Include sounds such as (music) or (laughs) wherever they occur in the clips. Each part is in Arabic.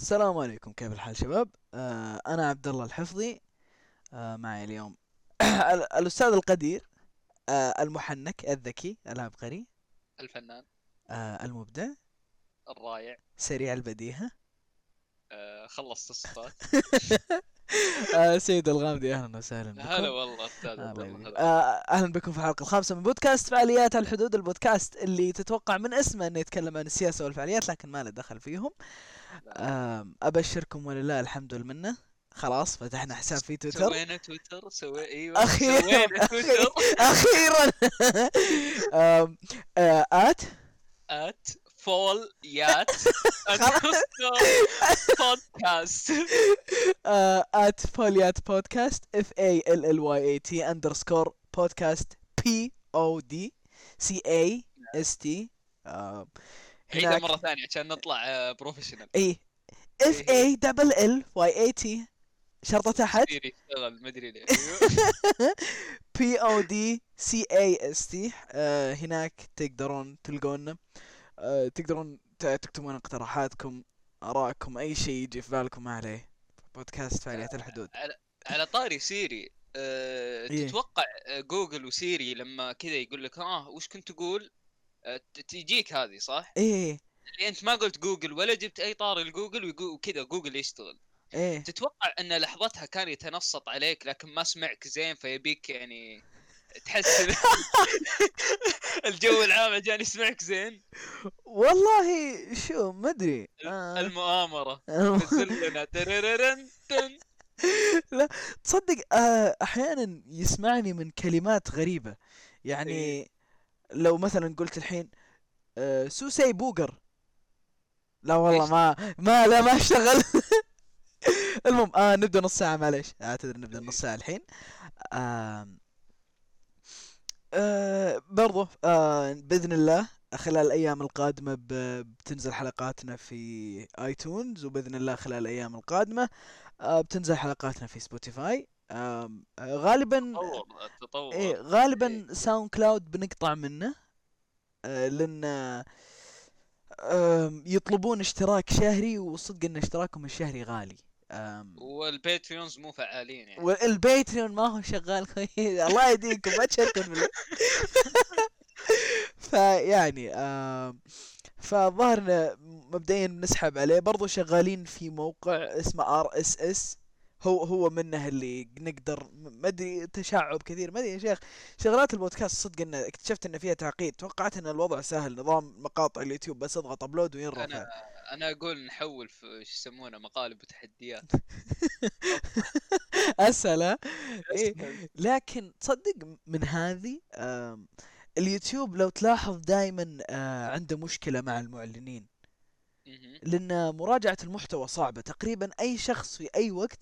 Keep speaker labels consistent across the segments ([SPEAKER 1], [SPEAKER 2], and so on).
[SPEAKER 1] السلام عليكم كيف الحال شباب آه انا عبد الله الحفظي آه معي اليوم (coughs) ال- الاستاذ القدير آه المحنك الذكي العبقري
[SPEAKER 2] الفنان
[SPEAKER 1] آه المبدع
[SPEAKER 2] الرائع
[SPEAKER 1] سريع البديهه
[SPEAKER 2] آه خلصت الصفات
[SPEAKER 1] (laughs) آه سيد الغامدي اهلا وسهلا بكم
[SPEAKER 2] هلا والله استاذ
[SPEAKER 1] آه،
[SPEAKER 2] عبد
[SPEAKER 1] الله
[SPEAKER 2] الله
[SPEAKER 1] يبارك.
[SPEAKER 2] هلا.
[SPEAKER 1] آه، اهلا بكم في الحلقه الخامسه من بودكاست فعاليات على الحدود البودكاست اللي تتوقع من اسمه انه يتكلم عن السياسه والفعاليات لكن ما له دخل فيهم آم، ابشركم ولله الحمد والمنه خلاص فتحنا حساب في تويتر
[SPEAKER 2] سوينا تويتر سوي ايوه
[SPEAKER 1] أخيراً،
[SPEAKER 2] سوينا تويتر
[SPEAKER 1] اخيرا آم، آه، ات
[SPEAKER 2] ات فول يات
[SPEAKER 1] (laughs)
[SPEAKER 2] بودكاست
[SPEAKER 1] (laughs) آه، ات فوليات بودكاست اف اي ال ال واي اي تي اندرسكور بودكاست بي او دي سي اي اس تي
[SPEAKER 2] عيدها مره ثانيه عشان نطلع آه، بروفيشنال
[SPEAKER 1] اي اف اي
[SPEAKER 2] إيه.
[SPEAKER 1] دبل ال واي اي تي شرطه تحت
[SPEAKER 2] سيري يشتغل مدري ليه
[SPEAKER 1] أيوه. بي او دي سي اي اس تي آه، هناك تقدرون تلقونا آه، تقدرون ت- تكتبون اقتراحاتكم ارائكم اي شيء يجي في بالكم ما عليه بودكاست فعاليات الحدود
[SPEAKER 2] (laughs) على طاري سيري أه
[SPEAKER 1] إيه.
[SPEAKER 2] تتوقع آه، جوجل وسيري لما كذا يقول لك اه وش كنت تقول آه، ت- تجيك هذه صح؟
[SPEAKER 1] ايه
[SPEAKER 2] اللي انت ما قلت جوجل ولا جبت اي طار لجوجل ويقو- وكذا جوجل يشتغل
[SPEAKER 1] ايه
[SPEAKER 2] تتوقع ان لحظتها كان يتنصت عليك لكن ما سمعك زين فيبيك يعني تحسن (laughs) الجو العام عشان يسمعك زين
[SPEAKER 1] أه. والله شو ما ادري آه،
[SPEAKER 2] المؤامره
[SPEAKER 1] الم-
[SPEAKER 2] نزل لنا ترررن تن.
[SPEAKER 1] (laughs) تصدق آه، احيانا يسمعني من كلمات غريبه يعني لو مثلا قلت الحين آه، سوسي بوغر لا والله
[SPEAKER 2] إيش؟
[SPEAKER 1] ما ما لا ما اشتغل (laughs) المهم آه نبدا نص ساعه معليش اعتذر نبدا نص ساعه الحين آم، آه برضو آه باذن الله خلال الايام القادمه ب- بتنزل حلقاتنا في ايتونز وباذن الله خلال الايام القادمه آه بتنزل حلقاتنا في سبوتيفاي آم، آه غالبا
[SPEAKER 2] تطور تطور
[SPEAKER 1] ايه غالبا
[SPEAKER 2] إيه.
[SPEAKER 1] ساوند كلاود بنقطع منه آه لان آم، يطلبون اشتراك شهري وصدق ان اشتراكهم الشهري غالي آم،
[SPEAKER 2] والباتريونز مو فعالين يعني
[SPEAKER 1] والباتريون ما هو شغال كويس (laughs) الله يهديكم ما تشاركون بالله (laughs) فيعني آم، فظهرنا مبدئيا بنسحب عليه برضو شغالين في موقع اسمه ار اس اس هو هو منه اللي نقدر ما ادري تشعب كثير ما ادري يا شيخ شغلات البودكاست صدق ان اكتشفت ان فيها تعقيد توقعت ان الوضع سهل نظام مقاطع اليوتيوب بس اضغط ابلود وينرفع
[SPEAKER 2] انا
[SPEAKER 1] (laughs)
[SPEAKER 2] انا اقول نحول في ايش يسمونه مقالب وتحديات
[SPEAKER 1] اسهل ها؟ (laughs) إيه. لكن تصدق من هذه آم، اليوتيوب لو تلاحظ دائما عنده مشكله مع المعلنين
[SPEAKER 2] مهم.
[SPEAKER 1] لان مراجعه المحتوى صعبه تقريبا اي شخص في اي وقت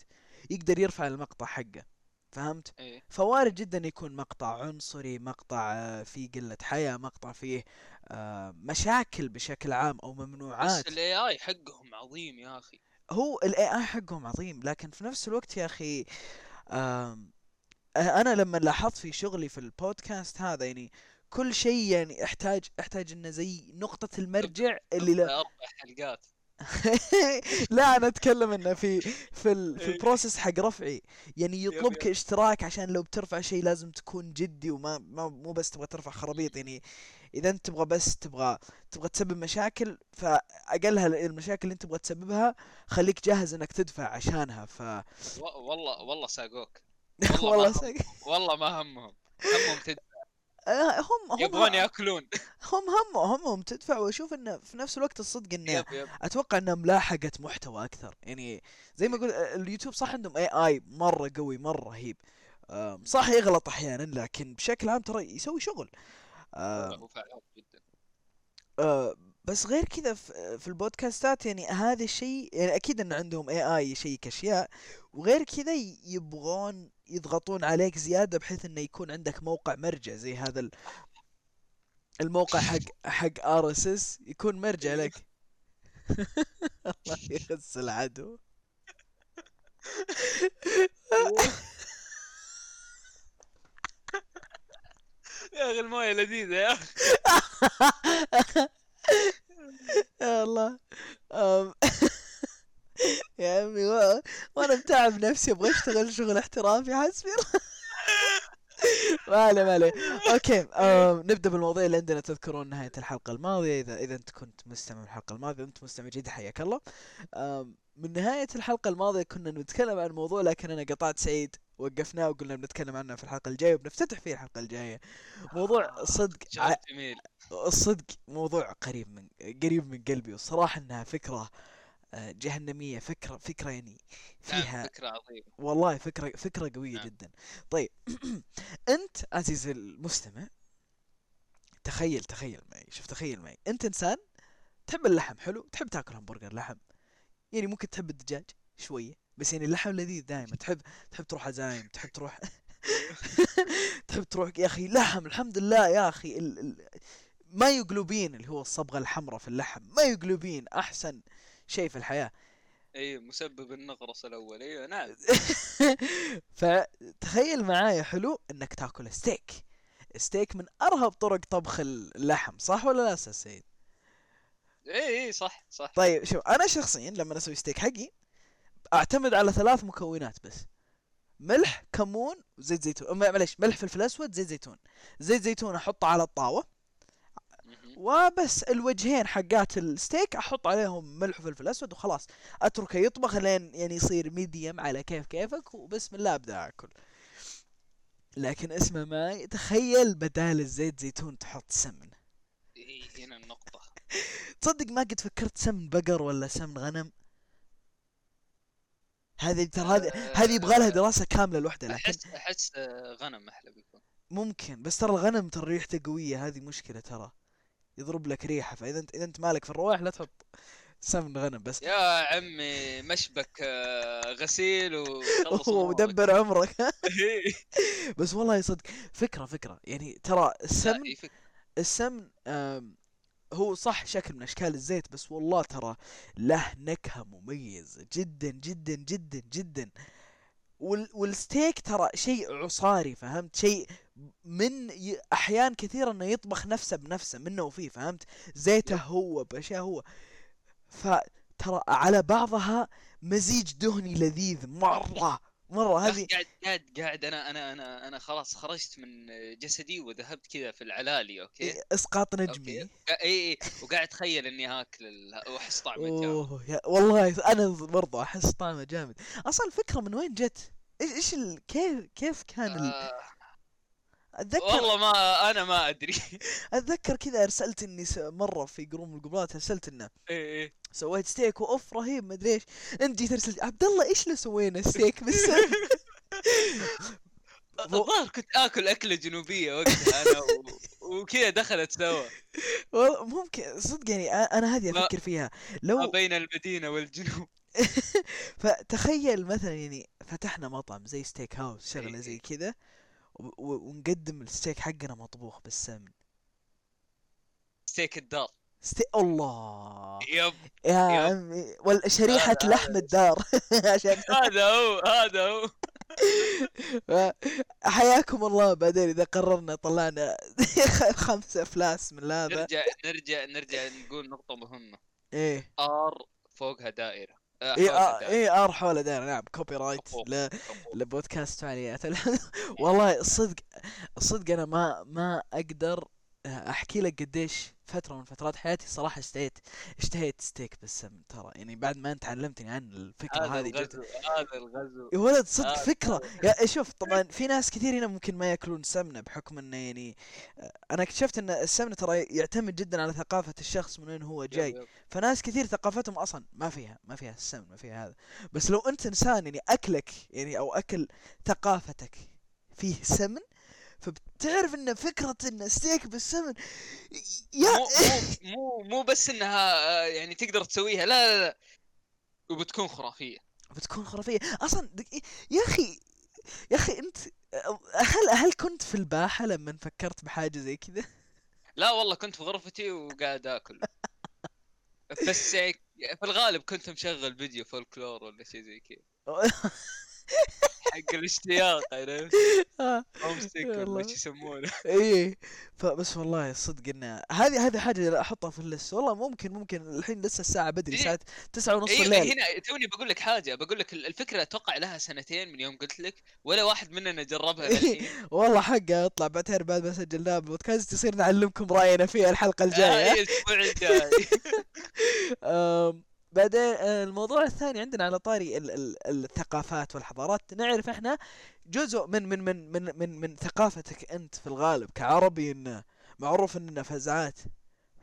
[SPEAKER 1] يقدر يرفع المقطع حقه فهمت
[SPEAKER 2] إيه.
[SPEAKER 1] فوارد جدا يكون مقطع عنصري مقطع آه، فيه قله حياه مقطع فيه آه، مشاكل بشكل عام او
[SPEAKER 2] بس
[SPEAKER 1] ممنوعات
[SPEAKER 2] الاي اي حقهم عظيم يا اخي
[SPEAKER 1] هو الاي اي حقهم عظيم لكن في نفس الوقت يا اخي آم، انا لما لاحظت في شغلي في البودكاست هذا يعني كل شيء يعني احتاج احتاج انه زي نقطة المرجع اللي لا
[SPEAKER 2] اربع حلقات
[SPEAKER 1] (laughs) لا انا اتكلم انه في في ال في
[SPEAKER 2] إيه.
[SPEAKER 1] البروسس حق رفعي يعني
[SPEAKER 2] يب
[SPEAKER 1] يطلبك اشتراك عشان لو بترفع شيء لازم تكون جدي وما ما مو بس تبغى ترفع خرابيط يعني اذا انت تبغى بس تبغى تبغى تسبب مشاكل فاقلها المشاكل اللي انت تبغى تسببها خليك جاهز انك تدفع عشانها ف
[SPEAKER 2] و- والله والله ساقوك
[SPEAKER 1] (laughs) والله
[SPEAKER 2] والله ما هم-
[SPEAKER 1] سق-
[SPEAKER 2] والله ما همهم همهم تد...
[SPEAKER 1] آه، (laughs) هم هم (laughs)
[SPEAKER 2] يبغون ياكلون
[SPEAKER 1] هم هم همهم تدفع واشوف انه في نفس الوقت الصدق انه
[SPEAKER 2] يب يب
[SPEAKER 1] اتوقع انها ملاحقه محتوى اكثر يعني زي ما اقول اليوتيوب صح عندهم اي اي مره قوي مره رهيب أم، صح يغلط احيانا لكن بشكل عام ترى يسوي شغل أم،
[SPEAKER 2] هو فعال
[SPEAKER 1] (laughs)
[SPEAKER 2] جدا
[SPEAKER 1] أه، بس غير كذا ف- آه، في البودكاستات يعني هذا الشيء يعني اكيد ان عندهم اي اي يشيك اشياء وغير كذا يبغون يضغطون عليك زياده بحيث انه يكون عندك موقع مرجع زي هذا ال- الموقع حق حق ار اس اس يكون مرجع
[SPEAKER 2] أيوه.
[SPEAKER 1] لك (laughs) الله يخس العدو
[SPEAKER 2] يا اخي المويه لذيذه يا اخي
[SPEAKER 1] (laughs) يا الله أم، متعب نفسي ابغى اشتغل شغل احترافي حسبي الله. (laughs) ما عليه ما عليه اوكي آم، نبدا بالمواضيع اللي عندنا تذكرون نهايه الحلقه الماضيه اذا اذا انت كنت مستمع الحلقه الماضيه انت مستمع جديد حياك الله آم، من نهايه الحلقه الماضيه كنا نتكلم عن موضوع لكن انا قطعت سعيد وقفناه وقلنا بنتكلم عنه في الحلقه الجايه وبنفتتح فيه الحلقه الجايه موضوع صدق ع-
[SPEAKER 2] شغل جميل
[SPEAKER 1] الصدق موضوع قريب من قريب من قلبي والصراحة انها فكرة آه، جهنمية فكرة فكرة يعني
[SPEAKER 2] نعم،
[SPEAKER 1] فيها
[SPEAKER 2] فكره عظيمه
[SPEAKER 1] والله فكرة فكرة قوية
[SPEAKER 2] نعم.
[SPEAKER 1] جدا طيب (clears throat) انت عزيزي المستمع تخيل تخيل معي شوف تخيل معي انت انسان تحب اللحم حلو تحب تاكل همبرجر لحم يعني ممكن تحب الدجاج شوية بس يعني اللحم لذيذ دائما تحب تحب تروح عزايم تحب تروح (laughs) تحب تروح يا اخي لحم الحمد لله يا اخي ال... ال... ما يقلبين اللي هو الصبغه الحمراء في اللحم ما يقلبين احسن شيء في الحياه
[SPEAKER 2] اي مسبب النغرس الاول ايوه نعم
[SPEAKER 1] (laughs) فتخيل معايا حلو انك تاكل ستيك ستيك من ارهب طرق طبخ اللحم صح ولا لا استاذ سعيد
[SPEAKER 2] اي اي صح صح
[SPEAKER 1] طيب شوف انا شخصيا لما اسوي ستيك حقي اعتمد على ثلاث مكونات بس ملح كمون وزيت زيتون أم- معليش ملح فلفل اسود زيت زيتون زيت زيتون احطه على الطاوه
[SPEAKER 2] مهم.
[SPEAKER 1] وبس الوجهين حقات الستيك احط عليهم ملح وفلفل اسود وخلاص اتركه يطبخ لين يعني يصير ميديم على كيف كيفك وبسم الله ابدا اكل لكن اسمه ما تخيل بدال الزيت زيتون تحط سمن
[SPEAKER 2] إي، هنا النقطه
[SPEAKER 1] تصدق ما قد فكرت سمن بقر ولا سمن غنم هذه ترى هذه هذه يبغى لها دراسه كامله لوحدها لكن
[SPEAKER 2] احس احس آه، غنم احلى بيكون
[SPEAKER 1] ممكن بس ترى الغنم ترى ريحته قويه هذه مشكله ترى يضرب لك ريحه فاذا انت اذا انت مالك في الروائح لا تحط سمن غنم بس
[SPEAKER 2] يا عمي مشبك آه، غسيل وخلص
[SPEAKER 1] هو
[SPEAKER 2] أمورك.
[SPEAKER 1] مدبر
[SPEAKER 2] (laughs)
[SPEAKER 1] عمرك (laughs)
[SPEAKER 2] إي،
[SPEAKER 1] بس والله صدق فكره فكره يعني ترى
[SPEAKER 2] لا،
[SPEAKER 1] السمن
[SPEAKER 2] إي، فك-
[SPEAKER 1] السمن آم، هو صح شكل من اشكال الزيت بس والله ترى له نكهه مميزه جدا جدا جدا جدا وال والستيك ترى شيء عصاري فهمت شيء من ي... احيان كثيره انه يطبخ نفسه بنفسه منه وفيه فهمت زيته هو باشياء هو فترى على بعضها مزيج دهني لذيذ مره مره
[SPEAKER 2] يا
[SPEAKER 1] هذه
[SPEAKER 2] أخي قاعد قاعد قاعد انا انا انا انا خلاص خرجت من جسدي وذهبت كذا في العلالي اوكي
[SPEAKER 1] إيه، اسقاط
[SPEAKER 2] اوكي
[SPEAKER 1] نجمي
[SPEAKER 2] قا- اي اي وقاعد اتخيل اني هاكل ال- واحس طعمه جامد.
[SPEAKER 1] اوه يا والله انا برضه احس طعمه جامد اصلا الفكره من وين جت ايش ايش ال... كيف كيف كان ال...
[SPEAKER 2] آه،
[SPEAKER 1] اتذكر
[SPEAKER 2] والله ما انا ما (laughs) ادري
[SPEAKER 1] اتذكر كذا ارسلت اني س- مره في قروم القبلات ارسلت انه
[SPEAKER 2] اي اي
[SPEAKER 1] سويت ستيك واوف رهيب مدري ايش انت جيت ارسلت عبد الله ايش لو سوينا
[SPEAKER 2] (laughs)
[SPEAKER 1] ستيك بالسم
[SPEAKER 2] الظاهر كنت اكل اكله جنوبيه وقتها انا و... وكذا دخلت سوا
[SPEAKER 1] والله ممكن صدق يعني أ- انا هذه
[SPEAKER 2] ما-
[SPEAKER 1] افكر فيها
[SPEAKER 2] ما
[SPEAKER 1] لو
[SPEAKER 2] بين المدينه والجنوب
[SPEAKER 1] فتخيل مثلا يعني فتحنا مطعم زي ستيك هاوس
[SPEAKER 2] إي
[SPEAKER 1] شغله
[SPEAKER 2] إي.
[SPEAKER 1] زي كذا و- و- ونقدم الستيك حقنا مطبوخ بالسمن
[SPEAKER 2] ستيك الدار
[SPEAKER 1] ستي الله
[SPEAKER 2] يب
[SPEAKER 1] يا
[SPEAKER 2] يب.
[SPEAKER 1] عمي وال- شريحة لحم الدار (laughs) عشان
[SPEAKER 2] هذا هو هذا هو
[SPEAKER 1] حياكم الله بعدين إذا قررنا طلعنا (laughs) خمسة أفلاس من هذا
[SPEAKER 2] نرجع نرجع نرجع نقول نقطه مهمه
[SPEAKER 1] إيه
[SPEAKER 2] ار فوقها دائره آه،
[SPEAKER 1] إيه
[SPEAKER 2] حولها
[SPEAKER 1] آه
[SPEAKER 2] دائرة.
[SPEAKER 1] إيه آر حول دار نعم كوبي رايت
[SPEAKER 2] أوه. إيه.
[SPEAKER 1] ل- لبودكاست (laughs) فعاليات والله الصدق الصدق أنا ما ما أقدر أحكي لك قديش فترة من فترات حياتي صراحة اشتهيت اشتهيت ستيك بالسمن ترى يعني بعد ما أنت علمتني عن الفكرة
[SPEAKER 2] هذا
[SPEAKER 1] هذه جت
[SPEAKER 2] آه، الغزو هذا الغزو
[SPEAKER 1] يا ولد صدق
[SPEAKER 2] آه،
[SPEAKER 1] فكرة يا إيه، شوف طبعا في ناس كثير هنا ممكن ما ياكلون سمنة بحكم انه يعني آه، انا اكتشفت ان السمنة ترى يعتمد جدا على ثقافة الشخص من وين هو جاي
[SPEAKER 2] يب- يب.
[SPEAKER 1] فناس كثير ثقافتهم اصلا ما فيها ما فيها السمن ما فيها هذا بس لو انت انسان يعني اكلك يعني او اكل ثقافتك فيه سمن فبتعرف ان فكرة ان ستيك بالسمن يا
[SPEAKER 2] مو مو- مو مو بس انها آه، يعني تقدر تسويها لا لا لا وبتكون خرافيه
[SPEAKER 1] بتكون خرافية أصلا دق- يا أخي يا أخي أنت هل هل كنت في الباحة لما فكرت بحاجة زي
[SPEAKER 2] (laughs)
[SPEAKER 1] كذا؟
[SPEAKER 2] لا والله كنت في غرفتي وقاعد اكل بس يعني في الغالب كنت مشغل فيديو فولكلور ولا شيء زي كذا حق الاشتياق عرفت
[SPEAKER 1] آه.
[SPEAKER 2] هوم سيك
[SPEAKER 1] والله.
[SPEAKER 2] ولا ايش يسمونه
[SPEAKER 1] ايه فبس والله صدق انه هذه هذه حاجه لا احطها في اللسه والله ممكن ممكن الحين لسه الساعه بدري
[SPEAKER 2] إيه.
[SPEAKER 1] الساعه 9 ونص
[SPEAKER 2] ايوه
[SPEAKER 1] الليل
[SPEAKER 2] هنا توني بقول لك حاجه بقول لك ال- الفكره اتوقع لها سنتين من يوم قلت لك ولا واحد مننا جربها للحين
[SPEAKER 1] والله حقه اطلع بعدين بعد ما سجلناه بودكاست يصير نعلمكم راينا فيها الحلقه
[SPEAKER 2] آه،
[SPEAKER 1] الجايه
[SPEAKER 2] إيه، الاسبوع الجاي
[SPEAKER 1] (laughs) آم، بعدين آه، الموضوع الثاني عندنا على طاري ال- ال- الثقافات والحضارات نعرف احنا جزء من من من من من, من ثقافتك انت في الغالب كعربي انه معروف اننا فزعات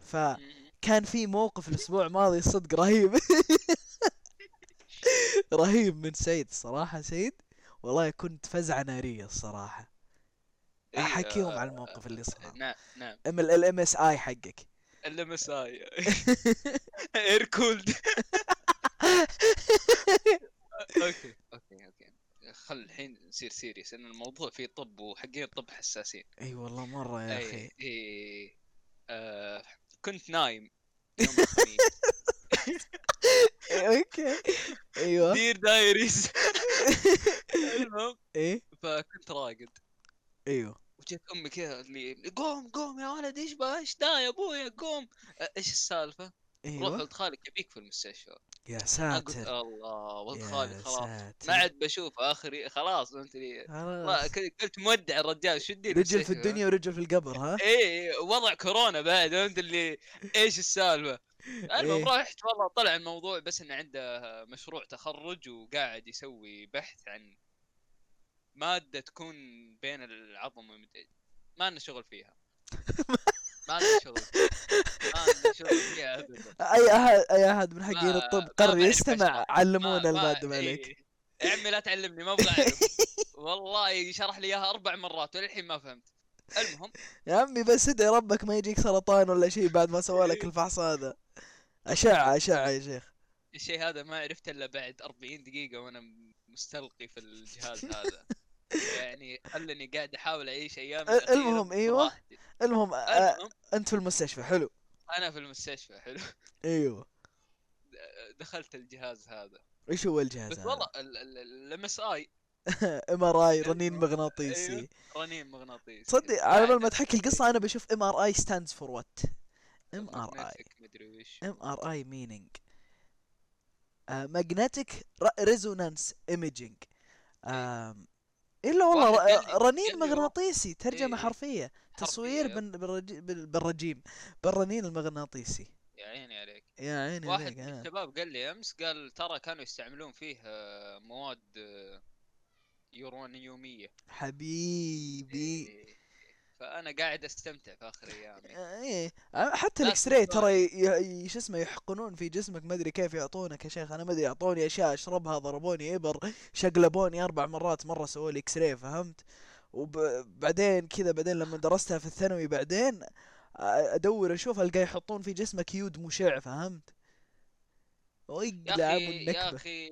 [SPEAKER 1] فكان في موقف الاسبوع الماضي صدق رهيب (laughs) رهيب من سيد صراحة سيد والله كنت فزعة نارية الصراحة
[SPEAKER 2] إيه،
[SPEAKER 1] احكيهم
[SPEAKER 2] آه،
[SPEAKER 1] على الموقف اللي صار
[SPEAKER 2] نعم نعم
[SPEAKER 1] ام الام اس اي حقك
[SPEAKER 2] الام اس (laughs) اي اير كولد (laughs) اوكي اوكي اوكي خل الحين نصير سيريس ان الموضوع فيه طب وحقين الطب حساسين
[SPEAKER 1] اي والله مرة يا اخي
[SPEAKER 2] اي اي آه، كنت نايم يوم (laughs) الخميس (laughs)
[SPEAKER 1] إيه، اوكي ايوه
[SPEAKER 2] دير دايريز (laughs) المهم
[SPEAKER 1] ايه
[SPEAKER 2] فكنت راقد
[SPEAKER 1] ايوه
[SPEAKER 2] وجت امي كذا اللي قوم قوم يا ولد ايش بقى ايش دا يا ابويا قوم أ- ايش السالفه؟ روح
[SPEAKER 1] ايوه
[SPEAKER 2] ولد خالك يبيك في المستشفى
[SPEAKER 1] يا
[SPEAKER 2] أنا قلت
[SPEAKER 1] ساتر
[SPEAKER 2] الله ولد
[SPEAKER 1] يا
[SPEAKER 2] خالي خلاص
[SPEAKER 1] ساتر.
[SPEAKER 2] ما عاد بشوف اخر خلاص فهمت لي والله
[SPEAKER 1] خلاص
[SPEAKER 2] ك- قلت مودع الرجال شو تدري
[SPEAKER 1] رجل في الدنيا ورجل في القبر
[SPEAKER 2] (laughs)
[SPEAKER 1] ها
[SPEAKER 2] ايه وضع كورونا بعد فهمت اللي ايش السالفه؟ المهم
[SPEAKER 1] إيه.
[SPEAKER 2] رحت والله طلع الموضوع بس انه عنده مشروع تخرج وقاعد يسوي بحث عن ماده تكون بين العظم والمدعي ما لنا شغل
[SPEAKER 1] (laughs)
[SPEAKER 2] فيها ما لنا شغل فيها. ما لنا شغل فيها ابدا
[SPEAKER 1] اي احد اي احد من حقين
[SPEAKER 2] ما-
[SPEAKER 1] الطب
[SPEAKER 2] ما
[SPEAKER 1] قرر
[SPEAKER 2] بعرف
[SPEAKER 1] يستمع
[SPEAKER 2] أشرح.
[SPEAKER 1] علمونا
[SPEAKER 2] ما- ما-
[SPEAKER 1] المادة ما
[SPEAKER 2] إيه.
[SPEAKER 1] عليك
[SPEAKER 2] يا عمي لا تعلمني ما ابغى اعرف والله شرح لي اياها اربع مرات وللحين ما فهمت المهم
[SPEAKER 1] يا عمي بس ادعي ربك ما يجيك سرطان ولا شيء بعد ما سوى لك الفحص هذا اشعه اشعه يا شيخ
[SPEAKER 2] الشيء هذا ما عرفته الا بعد 40 دقيقة وانا مستلقي في الجهاز هذا يعني خلني قاعد احاول اعيش ايام
[SPEAKER 1] أ- المهم، أيوة. المهم أ- أ-
[SPEAKER 2] المهم
[SPEAKER 1] انت في المستشفى حلو
[SPEAKER 2] انا في المستشفى حلو
[SPEAKER 1] ايوه
[SPEAKER 2] دخلت الجهاز هذا
[SPEAKER 1] ايش هو الجهاز
[SPEAKER 2] بس
[SPEAKER 1] (laughs)
[SPEAKER 2] والله الام اس اي
[SPEAKER 1] ام ار اي رنين مغناطيسي
[SPEAKER 2] أيوة. رنين مغناطيسي يعني
[SPEAKER 1] تصدق على بال ما تحكي القصه انا بشوف ام ار اي ستاندز فور وات ام ار اي
[SPEAKER 2] Magnetic مدري وش
[SPEAKER 1] ام ار اي مينينج آه، ماجنتيك ريزونانس ايميجينج الا والله
[SPEAKER 2] واحد
[SPEAKER 1] ر-
[SPEAKER 2] قال لي- قال
[SPEAKER 1] رنين
[SPEAKER 2] لي والله-
[SPEAKER 1] مغناطيسي ترجمه
[SPEAKER 2] إيه.
[SPEAKER 1] حرفيه تصوير
[SPEAKER 2] حرفية.
[SPEAKER 1] بن- بالرج- بال- بالرجيم بالرنين المغناطيسي
[SPEAKER 2] يا عيني عليك
[SPEAKER 1] يا عيني
[SPEAKER 2] واحد
[SPEAKER 1] عليك، آه،
[SPEAKER 2] من
[SPEAKER 1] أنا.
[SPEAKER 2] الشباب قال لي امس قال ترى كانوا يستعملون فيه آه، مواد آه، يورانيومية
[SPEAKER 1] حبيبي
[SPEAKER 2] إيه. فانا قاعد استمتع في اخر ايامي
[SPEAKER 1] ايه حتى
[SPEAKER 2] لا
[SPEAKER 1] الاكس راي
[SPEAKER 2] تنسى.
[SPEAKER 1] ترى ي- ي- شو اسمه يحقنون في جسمك ما ادري كيف يعطونك يا شيخ انا ما ادري اعطوني اشياء اشربها ضربوني ابر شقلبوني اربع مرات مره سووا لي اكس راي فهمت وبعدين كذا بعدين لما درستها في الثانوي بعدين أ- ادور اشوف القى يحطون في جسمك يود مشع فهمت
[SPEAKER 2] يا
[SPEAKER 1] ويقلع ابو
[SPEAKER 2] اخي يا
[SPEAKER 1] النكبه
[SPEAKER 2] اخي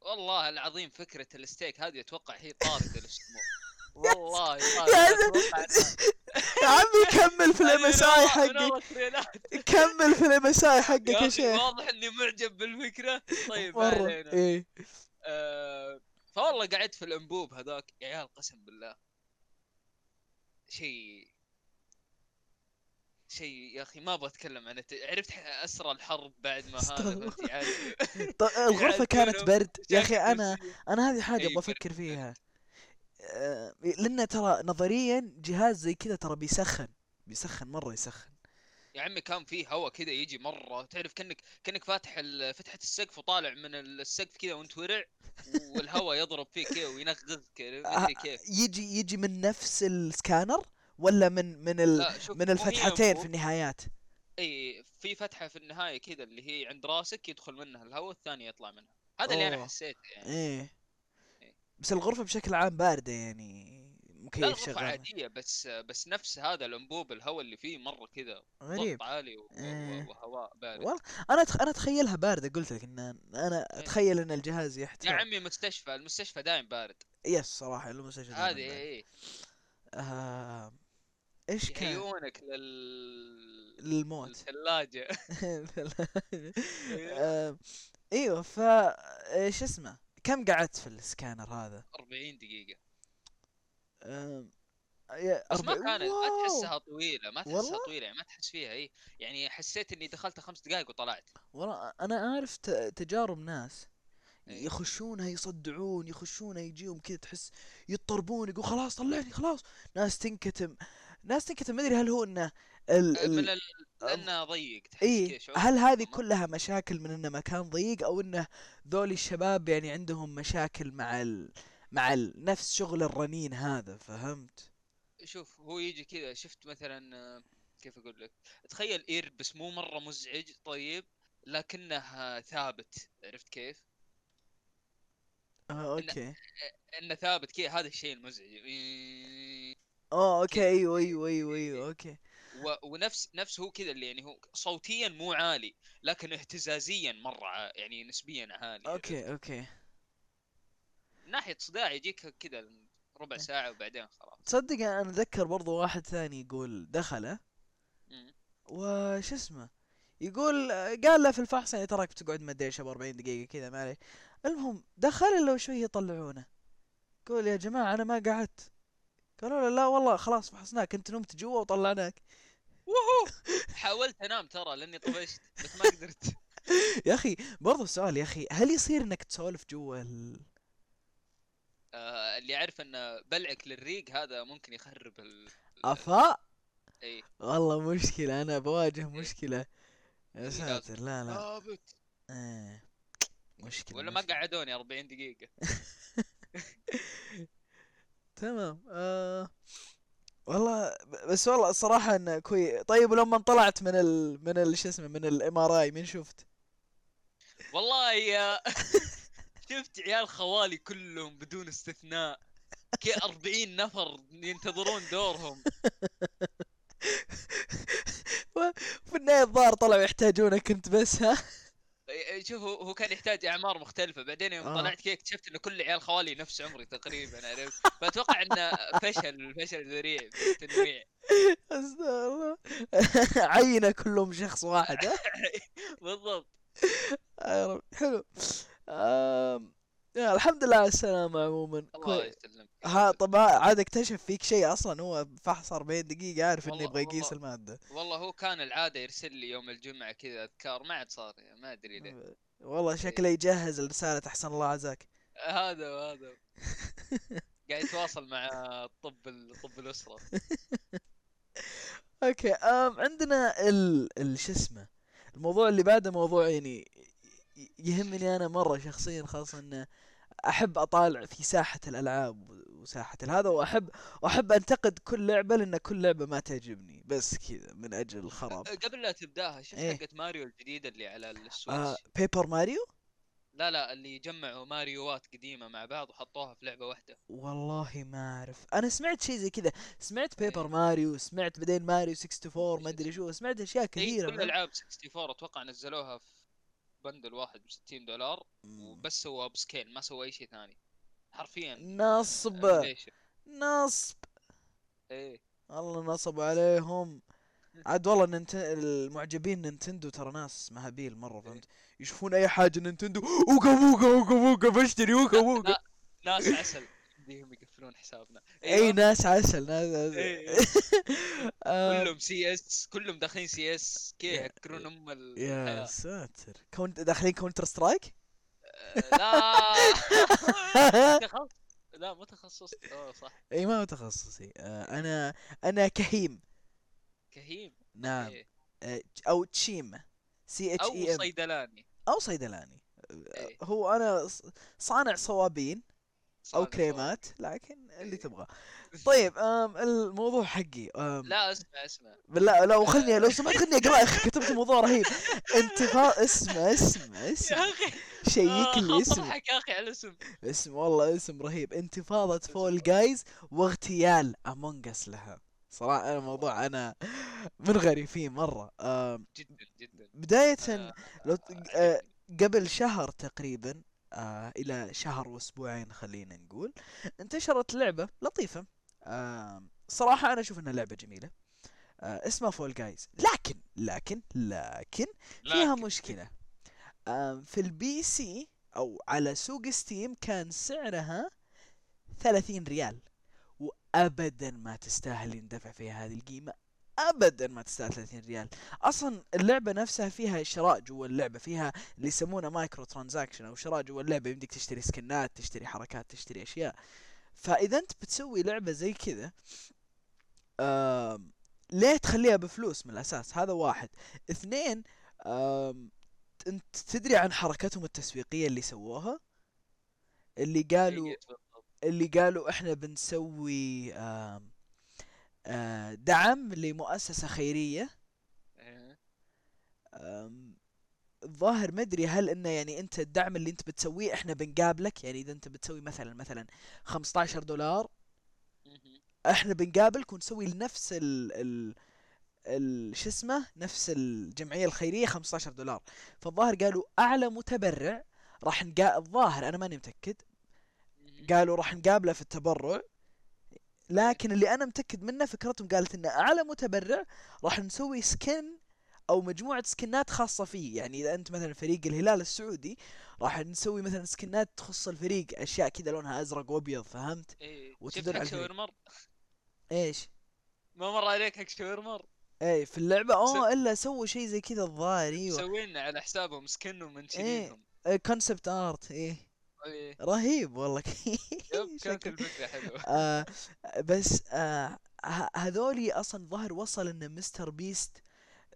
[SPEAKER 2] والله العظيم فكرة الستيك هذه اتوقع هي طاردة
[SPEAKER 1] (laughs)
[SPEAKER 2] للشموع والله
[SPEAKER 1] يا يا عمي كمل في (laughs)
[SPEAKER 2] (laughs)
[SPEAKER 1] الام اس اي حقك كمل في الام اس اي حقك يا شيخ
[SPEAKER 2] واضح اني معجب بالفكرة طيب ما
[SPEAKER 1] مره
[SPEAKER 2] علينا
[SPEAKER 1] ايه
[SPEAKER 2] آه، فوالله قعدت في الانبوب هذاك يا عيال قسم بالله شيء شيء يا اخي ما ابغى اتكلم عن الت- عرفت ح- اسرى الحرب بعد ما هذا
[SPEAKER 1] استغفر
[SPEAKER 2] فهمت يعني (laughs)
[SPEAKER 1] طيب الغرفة
[SPEAKER 2] يعدلوا
[SPEAKER 1] كانت برد يا أخي
[SPEAKER 2] شكل
[SPEAKER 1] أنا أنا هذه حاجة
[SPEAKER 2] أي
[SPEAKER 1] أبغى أفكر فيها آه، لأن ترى نظريا جهاز زي كذا ترى بيسخن بيسخن مرة يسخن
[SPEAKER 2] يا عمي كان في هواء كذا يجي مره تعرف كانك كانك فاتح ال- فتحه السقف وطالع من السقف كذا وانت ورع والهواء يضرب فيك كذا وينغزك ما
[SPEAKER 1] آه،
[SPEAKER 2] ادري كيف
[SPEAKER 1] يجي يجي من نفس السكانر ولا من من ال
[SPEAKER 2] لا شوف
[SPEAKER 1] من
[SPEAKER 2] آه، مو هي
[SPEAKER 1] الفتحتين في
[SPEAKER 2] أنبوب.
[SPEAKER 1] النهايات
[SPEAKER 2] اي في فتحه في النهايه كذا اللي هي عند راسك يدخل منها الهواء الثانيه يطلع منها هذا اللي انا
[SPEAKER 1] أوه.
[SPEAKER 2] حسيته يعني
[SPEAKER 1] إيه
[SPEAKER 2] إيه.
[SPEAKER 1] بس الغرفة بشكل عام باردة يعني
[SPEAKER 2] لا
[SPEAKER 1] مكيف
[SPEAKER 2] الغرفة
[SPEAKER 1] شغال
[SPEAKER 2] عادية بس بس نفس هذا الانبوب الهواء اللي فيه مرة كذا
[SPEAKER 1] غريب
[SPEAKER 2] ضغط عالي و-
[SPEAKER 1] إيه.
[SPEAKER 2] و- وهواء بارد
[SPEAKER 1] والله أنا أتخ... أنا أتخيلها باردة قلت لك إن أنا
[SPEAKER 2] إيه. نعم.
[SPEAKER 1] أتخيل إن الجهاز
[SPEAKER 2] يا
[SPEAKER 1] يحتار
[SPEAKER 2] عمي مستشفى المستشفى دايم بارد
[SPEAKER 1] يس صراحة المستشفى دايماً
[SPEAKER 2] هذه إيه،
[SPEAKER 1] بارد.
[SPEAKER 2] اي
[SPEAKER 1] آه... ايش كان
[SPEAKER 2] يهيئونك لل
[SPEAKER 1] الموت
[SPEAKER 2] (laughs) الثلاجة
[SPEAKER 1] (laughs) إيه، آه... ايوه فا ايش اسمه كم قعدت في السكانر هذا؟
[SPEAKER 2] 40 دقيقة
[SPEAKER 1] أم، يا
[SPEAKER 2] بس ما
[SPEAKER 1] أربع-
[SPEAKER 2] كانت ما
[SPEAKER 1] واو.
[SPEAKER 2] تحسها طويلة ما تحسها
[SPEAKER 1] والله؟
[SPEAKER 2] طويلة يعني ما تحس فيها اي يعني حسيت اني دخلت خمس دقائق وطلعت
[SPEAKER 1] والله انا عارف ت- تجارب ناس
[SPEAKER 2] إيه.
[SPEAKER 1] يخشونها يصدعون يخشونها يجيهم كذا تحس يضطربون يقول خلاص طلعني خلاص ناس تنكتم ناس تنكتم ما ادري هل هو انه ال...
[SPEAKER 2] آه، إيه، من
[SPEAKER 1] ال...
[SPEAKER 2] ال... لانها ضيق تحس
[SPEAKER 1] ايه
[SPEAKER 2] كذا شعور
[SPEAKER 1] هل هذه
[SPEAKER 2] بالضمك.
[SPEAKER 1] كلها مشاكل من انه مكان ضيق او انه ذول الشباب يعني عندهم مشاكل مع ال... مع ال... نفس شغل الرنين هذا فهمت
[SPEAKER 2] شوف هو يجي كذا شفت مثلا آه، كيف اقول لك تخيل اير بس مو مره مزعج طيب لكنه آه، ثابت عرفت كيف؟
[SPEAKER 1] اه آه،
[SPEAKER 2] إنه-
[SPEAKER 1] اوكي
[SPEAKER 2] انه ثابت كذا هذا الشيء المزعج
[SPEAKER 1] اه اوكي
[SPEAKER 2] كذا.
[SPEAKER 1] ايوه ايوه ايوه ايوه اوكي
[SPEAKER 2] و... ونفس نفس هو كذا اللي يعني هو صوتيا مو عالي لكن اهتزازيا مره ع- يعني نسبيا عالي
[SPEAKER 1] اوكي اوكي
[SPEAKER 2] من ناحيه صداع يجيك كذا ربع ساعه وبعدين خلاص
[SPEAKER 1] تصدق انا اتذكر برضو واحد ثاني يقول دخله
[SPEAKER 2] مم.
[SPEAKER 1] وش اسمه يقول قال له في الفحص يعني تراك بتقعد ما ادري ايش ابو 40 دقيقه كذا ما عليه المهم دخل لو شوي يطلعونه يقول يا جماعه انا ما قعدت قالوا له لا والله خلاص فحصناك انت نمت جوا وطلعناك
[SPEAKER 2] حاولت انام ترى لاني طفشت بس ما قدرت
[SPEAKER 1] يا اخي برضو سؤال يا اخي هل يصير انك تسولف جوا ال...
[SPEAKER 2] آه، اللي عارف ان بلعك للريق هذا ممكن يخرب ال
[SPEAKER 1] افا
[SPEAKER 2] اي
[SPEAKER 1] والله مشكله انا بواجه مشكله يا
[SPEAKER 2] إيه،
[SPEAKER 1] ساتر لا لا
[SPEAKER 2] ثابت
[SPEAKER 1] إيه. مشكله
[SPEAKER 2] ولا ما
[SPEAKER 1] مشكلة.
[SPEAKER 2] قعدوني 40 دقيقة
[SPEAKER 1] تمام آه والله ب- بس والله الصراحة انه كوي طيب ولما طلعت من ال من ال شو اسمه من الام ار اي مين شفت؟
[SPEAKER 2] والله يا (laughs) شفت عيال خوالي كلهم بدون استثناء كي 40 نفر ينتظرون دورهم
[SPEAKER 1] في النهاية الظاهر طلعوا يحتاجونك انت بس ها؟ (laughs)
[SPEAKER 2] إي- إي، شوف هو هو كان يحتاج اعمار مختلفة بعدين يوم
[SPEAKER 1] آه.
[SPEAKER 2] طلعت كي اكتشفت ان كل عيال خوالي نفس عمري تقريبا عرفت فاتوقع انه فشل فشل ذريع في التنويع
[SPEAKER 1] استغفر الله (laughs) عينه كلهم شخص واحد ها؟ (laughs)
[SPEAKER 2] بالضبط
[SPEAKER 1] يا رب حلو آم، يا الحمد لله على السلامة عموما
[SPEAKER 2] الله
[SPEAKER 1] كوي
[SPEAKER 2] يسلمك
[SPEAKER 1] ها طب ها، عاد اكتشف فيك شيء اصلا هو فحص 40 دقيقة عارف انه
[SPEAKER 2] والله-
[SPEAKER 1] يبغى يقيس
[SPEAKER 2] والله.
[SPEAKER 1] المادة
[SPEAKER 2] والله هو كان العادة يرسل لي يوم الجمعة كذا اذكار ما عاد صار يعني ما
[SPEAKER 1] (laughs)
[SPEAKER 2] ادري ليه
[SPEAKER 1] والله شكله
[SPEAKER 2] إيه.
[SPEAKER 1] يجهز لرسالة احسن الله عزاك
[SPEAKER 2] هذا
[SPEAKER 1] (laughs)
[SPEAKER 2] هذا قاعد يتواصل مع طب ال- طب الاسره
[SPEAKER 1] اوكي أم عندنا ال ال شو اسمه الموضوع اللي بعده موضوع يعني ي- يهمني انا مره شخصيا خاصه انه احب اطالع في ساحه الالعاب و- وساحه هذا واحب واحب انتقد كل لعبه لان كل لعبه ما تعجبني بس كذا من اجل
[SPEAKER 2] (laughs)
[SPEAKER 1] الخراب
[SPEAKER 2] قبل لا تبداها شفت
[SPEAKER 1] إيه.
[SPEAKER 2] حقت ماريو الجديده اللي على السويتش
[SPEAKER 1] آه بيبر ماريو
[SPEAKER 2] لا لا اللي جمعوا ماريوات قديمه مع بعض وحطوها في لعبه واحده
[SPEAKER 1] والله ما اعرف انا سمعت شيء زي كذا سمعت
[SPEAKER 2] إيه.
[SPEAKER 1] بيبر ماريو سمعت بعدين ماريو 64 ما ادري شو سمعت اشياء
[SPEAKER 2] اي
[SPEAKER 1] كثيره
[SPEAKER 2] إيه، كل
[SPEAKER 1] ما-
[SPEAKER 2] العاب 64 اتوقع نزلوها في بندل واحد ب 60 دولار
[SPEAKER 1] مم.
[SPEAKER 2] وبس سوى بسكيل ما سوى اي شيء ثاني حرفيا
[SPEAKER 1] نصب
[SPEAKER 2] emulation.
[SPEAKER 1] نصب
[SPEAKER 2] ايه
[SPEAKER 1] الله نصب عليهم عاد والله ننت... المعجبين نينتندو ترى ناس مهابيل مره
[SPEAKER 2] إيه.
[SPEAKER 1] فهمت يشوفون اي حاجه نينتندو اوكا بوكا اوكا بوكا بشتري اوكا بوكا
[SPEAKER 2] (laughs) لا، ناس عسل (laughs) يمديهم يقفلون حسابنا
[SPEAKER 1] اي
[SPEAKER 2] أيوة.
[SPEAKER 1] ناس عسل ناس عسل
[SPEAKER 2] إيه.
[SPEAKER 1] (laughs) آه،
[SPEAKER 2] كلهم سي اس كلهم داخلين سي اس كي
[SPEAKER 1] يا-
[SPEAKER 2] يهكرون ام ال- آه،
[SPEAKER 1] يا
[SPEAKER 2] الحياه
[SPEAKER 1] ساتر كونت داخلين كونتر
[SPEAKER 2] (laughs)
[SPEAKER 1] سترايك
[SPEAKER 2] لا تخصص لا مو تخصص اوه صح
[SPEAKER 1] اي ما هو تخصصي آه، انا انا كهيم
[SPEAKER 2] كهيم
[SPEAKER 1] نعم
[SPEAKER 2] إيه.
[SPEAKER 1] آه، E او تشيم سي اتش
[SPEAKER 2] او
[SPEAKER 1] اي ام
[SPEAKER 2] صيدلاني
[SPEAKER 1] او صيدلاني آه،
[SPEAKER 2] إيه.
[SPEAKER 1] هو انا ص- صانع صوابين او
[SPEAKER 2] صانع (laughs)
[SPEAKER 1] كريمات لكن اللي
[SPEAKER 2] إيه.
[SPEAKER 1] تبغاه طيب أم الموضوع حقي
[SPEAKER 2] صوت.
[SPEAKER 1] أم
[SPEAKER 2] لا اسمع
[SPEAKER 1] (laughs)
[SPEAKER 2] اسمع
[SPEAKER 1] بالله لا وخلني لو سمحت خلني اقرا يا اخي كتبت موضوع رهيب انتفاع اسمه اسمه
[SPEAKER 2] يا آه،
[SPEAKER 1] اسمه
[SPEAKER 2] (laughs) اخي
[SPEAKER 1] شيك لي اسمه
[SPEAKER 2] اضحك يا اخي على الاسم
[SPEAKER 1] اسم والله اسم رهيب انتفاضة فول جايز واغتيال امونج اس لها صراحة انا موضوع انا من غريفين مرة أم،
[SPEAKER 2] جدا جدا
[SPEAKER 1] بداية
[SPEAKER 2] أنا-
[SPEAKER 1] لو ت- أه، قبل شهر تقريبا آه إلى شهر وأسبوعين خلينا نقول انتشرت لعبة لطيفة آه صراحة أنا أشوف أنها لعبة جميلة آه اسمها فول جايز لكن لكن لكن فيها
[SPEAKER 2] لكن-
[SPEAKER 1] مشكلة آه في البي سي او على سوق ستيم كان سعرها 30 ريال وابدا ما تستاهل يندفع فيها هذه القيمه ابدا ما تستاهل 30 ريال اصلا اللعبه نفسها فيها شراء جوا اللعبه فيها اللي يسمونه مايكرو ترانزاكشن او شراء جوا اللعبه يمديك تشتري سكنات تشتري حركات تشتري اشياء فاذا انت بتسوي لعبه زي كذا آم، ليه تخليها بفلوس من الاساس هذا واحد اثنين آم، انت تدري عن حركتهم التسويقيه اللي سووها اللي قالوا
[SPEAKER 2] إيه.
[SPEAKER 1] اللي قالوا احنا بنسوي آم، آه، دعم لمؤسسة خيرية
[SPEAKER 2] إيه.
[SPEAKER 1] آم، الظاهر ما ادري هل انه يعني انت الدعم اللي انت بتسويه احنا بنقابلك يعني اذا انت بتسوي مثلا مثلا 15 دولار
[SPEAKER 2] مهم.
[SPEAKER 1] احنا بنقابلك ونسوي نفس ال ال ال شو اسمه نفس الجمعيه الخيريه 15 دولار فالظاهر قالوا اعلى متبرع راح نقا الظاهر انا ماني متاكد
[SPEAKER 2] مهم.
[SPEAKER 1] قالوا راح نقابله في التبرع لكن اللي انا متاكد منه فكرتهم قالت ان اعلى متبرع راح نسوي سكن او مجموعه سكنات خاصه فيه يعني اذا انت مثلا فريق الهلال السعودي راح نسوي مثلا سكنات تخص الفريق اشياء كذا لونها ازرق وابيض فهمت
[SPEAKER 2] إيه.
[SPEAKER 1] وتدل
[SPEAKER 2] شفت
[SPEAKER 1] على
[SPEAKER 2] حق
[SPEAKER 1] الفريق.
[SPEAKER 2] شاورمر
[SPEAKER 1] ايش
[SPEAKER 2] ما مر عليك حق شاورمر
[SPEAKER 1] اي إيه، في اللعبه
[SPEAKER 2] سو-
[SPEAKER 1] اوه الا سووا شيء زي كذا الظاهر ايوه
[SPEAKER 2] مسوين على حسابهم سكن
[SPEAKER 1] إيه.
[SPEAKER 2] ومنشنينهم
[SPEAKER 1] كونسبت ارت ايه
[SPEAKER 2] إيه.
[SPEAKER 1] رهيب والله (laughs)
[SPEAKER 2] يب كانت
[SPEAKER 1] شكله.
[SPEAKER 2] الفكره حلوه
[SPEAKER 1] آه بس آه ه- هذولي اصلا ظهر وصل ان مستر بيست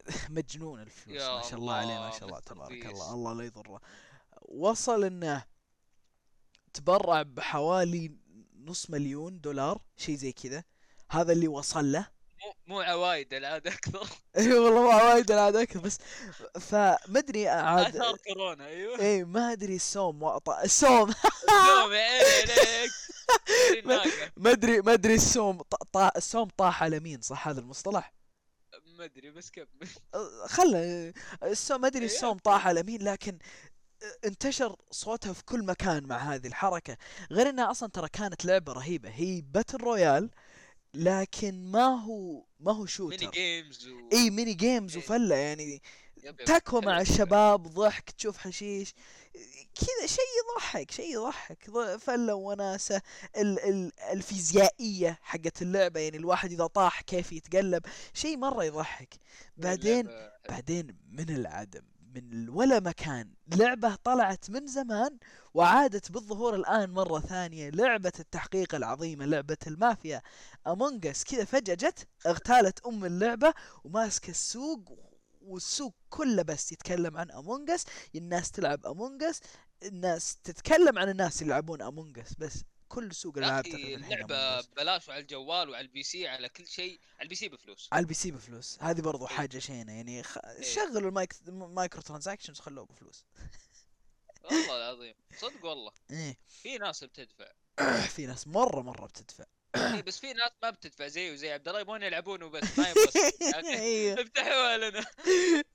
[SPEAKER 1] (laughs) مجنون الفلوس
[SPEAKER 2] يا
[SPEAKER 1] ما شاء الله عليه ما شاء الله
[SPEAKER 2] Mr.
[SPEAKER 1] تبارك
[SPEAKER 2] Beast.
[SPEAKER 1] الله الله لا يضره وصل انه تبرع بحوالي نص مليون دولار شيء زي كذا هذا اللي وصل له (laughs)
[SPEAKER 2] مو مو عوايد العاده اكثر
[SPEAKER 1] اي والله ما وايد انا ذاك بس فمدري آه، عاد
[SPEAKER 2] اثار كورونا ايوه
[SPEAKER 1] اي إيه، ما ادري السوم وطأ... السوم (laughs)
[SPEAKER 2] دوم يا عيني عليك شيل
[SPEAKER 1] ما-
[SPEAKER 2] ناقة.
[SPEAKER 1] ما ادري ما ادري السوم ط... طا... السوم طاح على مين صح هذا المصطلح
[SPEAKER 2] ما ادري بس كمل
[SPEAKER 1] خله السوم ما ادري
[SPEAKER 2] إيه،
[SPEAKER 1] السوم طاح على مين لكن انتشر صوتها في كل مكان مع هذه الحركة غير انها اصلا ترى كانت لعبة رهيبة هي باتل رويال لكن ما هو ما هو
[SPEAKER 2] ميني
[SPEAKER 1] شوتر
[SPEAKER 2] جيمز و...
[SPEAKER 1] اي ميني جيمز
[SPEAKER 2] إيه.
[SPEAKER 1] وفلة يعني
[SPEAKER 2] يب يب.
[SPEAKER 1] تكوى مع
[SPEAKER 2] حلو.
[SPEAKER 1] الشباب ضحك تشوف حشيش كذا شيء يضحك شيء يضحك ض- فله وناسه ال ال الفيزيائيه حقت اللعبه يعني الواحد اذا طاح كيف يتقلب شيء مره يضحك بعدين
[SPEAKER 2] اللعبة-
[SPEAKER 1] بعدين من العدم من ال- ولا مكان لعبة طلعت من زمان وعادت بالظهور الآن مرة ثانية لعبة التحقيق العظيمة لعبة المافيا أمونجس كذا فجأة جت اغتالت أم اللعبة وماسكة السوق والسوق كله بس يتكلم عن أمونجس الناس تلعب أمونجس الناس تتكلم عن الناس اللي يلعبون أمونجس بس كل سوق
[SPEAKER 2] يا
[SPEAKER 1] الألعاب
[SPEAKER 2] اخي
[SPEAKER 1] تقريباً الحين
[SPEAKER 2] اللعبه
[SPEAKER 1] Among Us.
[SPEAKER 2] ببلاش وعلى الجوال وعلى البي سي على كل شيء على البي سي بفلوس
[SPEAKER 1] على البي سي بفلوس هذه برضو
[SPEAKER 2] إيه.
[SPEAKER 1] حاجة شينة يعني خ... شغلوا المايك... المايكرو ترانزاكشنز خلوه بفلوس
[SPEAKER 2] والله العظيم صدق والله
[SPEAKER 1] ايه
[SPEAKER 2] في ناس بتدفع
[SPEAKER 1] في ناس مره مره بتدفع
[SPEAKER 2] إيه، بس في ناس ما بتدفع زي وزي عبد الله يبون يلعبون وبس ما
[SPEAKER 1] (laughs)
[SPEAKER 2] يبغى
[SPEAKER 1] أيوه.
[SPEAKER 2] افتحوا لنا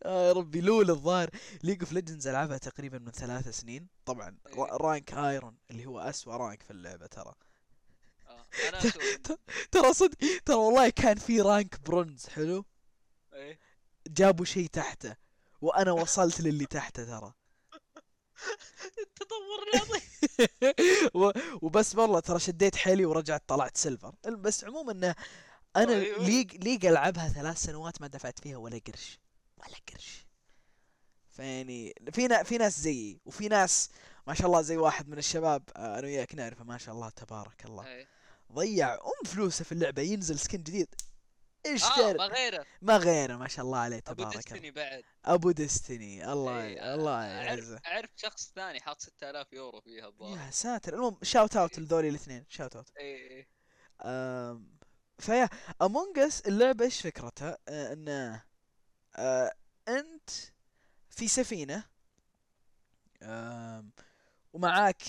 [SPEAKER 1] آه يا ربي لول الظاهر ليج اوف ليجندز العبها تقريبا من ثلاث سنين طبعا را- رانك ايرون اللي هو اسوء رانك في اللعبه ترى
[SPEAKER 2] آه، انا أسوي-
[SPEAKER 1] (laughs) ترى صدق ترى والله كان في رانك برونز حلو
[SPEAKER 2] إيه.
[SPEAKER 1] جابوا شيء تحته وانا وصلت للي تحته ترى
[SPEAKER 2] التطور العظيم
[SPEAKER 1] و- وبس والله ترى شديت حيلي ورجعت طلعت سيلفر بس عموما انه انا
[SPEAKER 2] أيوة.
[SPEAKER 1] ليج ليج العبها ثلاث سنوات ما دفعت فيها ولا قرش ولا قرش فيعني في نا- في ناس زيي وفي ناس ما شاء الله زي واحد من الشباب آه، انا وياك نعرفه ما شاء الله تبارك الله
[SPEAKER 2] إيه.
[SPEAKER 1] ضيع ام فلوسه في اللعبه ينزل سكن جديد
[SPEAKER 2] اه
[SPEAKER 1] اشتري
[SPEAKER 2] ما غيره
[SPEAKER 1] ما غيره ما شاء الله عليه
[SPEAKER 2] ابو
[SPEAKER 1] تبارك الله
[SPEAKER 2] ديستني بعد
[SPEAKER 1] ابو دستني الله
[SPEAKER 2] إيه،
[SPEAKER 1] الله يعزه
[SPEAKER 2] اعرف أعرف شخص ثاني حاط 6000 يورو فيها الظاهر
[SPEAKER 1] يا ساتر المهم شاوت اوت لذولي الاثنين شاوت اوت
[SPEAKER 2] إيه، إيه.
[SPEAKER 1] أم، فيا امونج اس اللعبه ايش فكرتها؟ آه، انه آه، انت في سفينه أم، ومعاك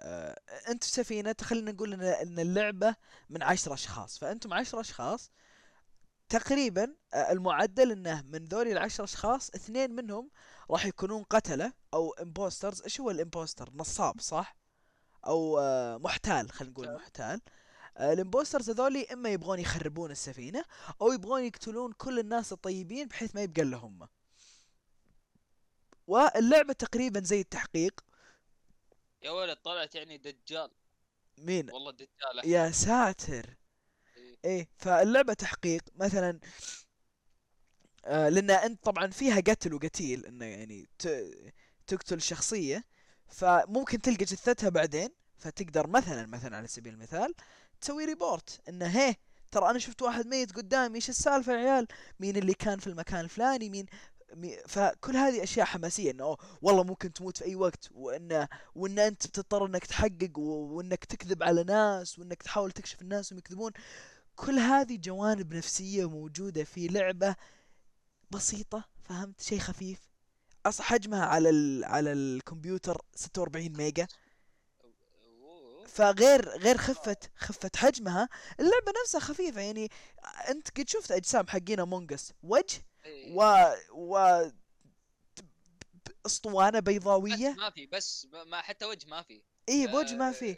[SPEAKER 1] آه، انت في سفينه خلينا نقول ان ان اللعبه من عشرة اشخاص فانتم عشرة اشخاص تقريبا آه، المعدل انه من ذولي العشرة اشخاص اثنين منهم راح يكونون قتله او امبوسترز ايش هو الامبوستر نصاب صح او آه، محتال خلينا نقول
[SPEAKER 2] محتال.
[SPEAKER 1] محتال آه، الامبوسترز هذولي اما يبغون يخربون السفينه او يبغون يقتلون كل الناس الطيبين بحيث ما يبقى الا هم واللعبه تقريبا زي التحقيق
[SPEAKER 2] يا ولد طلعت يعني دجال
[SPEAKER 1] مين
[SPEAKER 2] والله دجال أحمد.
[SPEAKER 1] يا ساتر
[SPEAKER 2] إيه.
[SPEAKER 1] ايه فاللعبة تحقيق مثلا آه لان انت طبعا فيها قتل وقتيل انه يعني ت... تقتل شخصية فممكن تلقى جثتها بعدين فتقدر مثلا مثلا على سبيل المثال تسوي ريبورت انه هيه ترى انا شفت واحد ميت قدامي ايش السالفة يا عيال مين اللي كان في المكان الفلاني مين مي- فكل هذه اشياء حماسيه انه أوه، والله ممكن تموت في اي وقت وانه وان انت بتضطر انك تحقق و- وانك تكذب على ناس وانك تحاول تكشف الناس وهم يكذبون كل هذه جوانب نفسيه موجوده في لعبه بسيطه فهمت شيء خفيف أص حجمها على ال... على الكمبيوتر 46 ميجا
[SPEAKER 2] أوه.
[SPEAKER 1] فغير غير خفة خفة حجمها اللعبة نفسها خفيفة يعني انت قد شفت اجسام حقين امونجس وجه
[SPEAKER 2] إيه.
[SPEAKER 1] و و اسطوانه بيضاويه
[SPEAKER 2] بس ما في بس ما ما- حتى وجه ما في آه،
[SPEAKER 1] اي إيه بوج ما فيه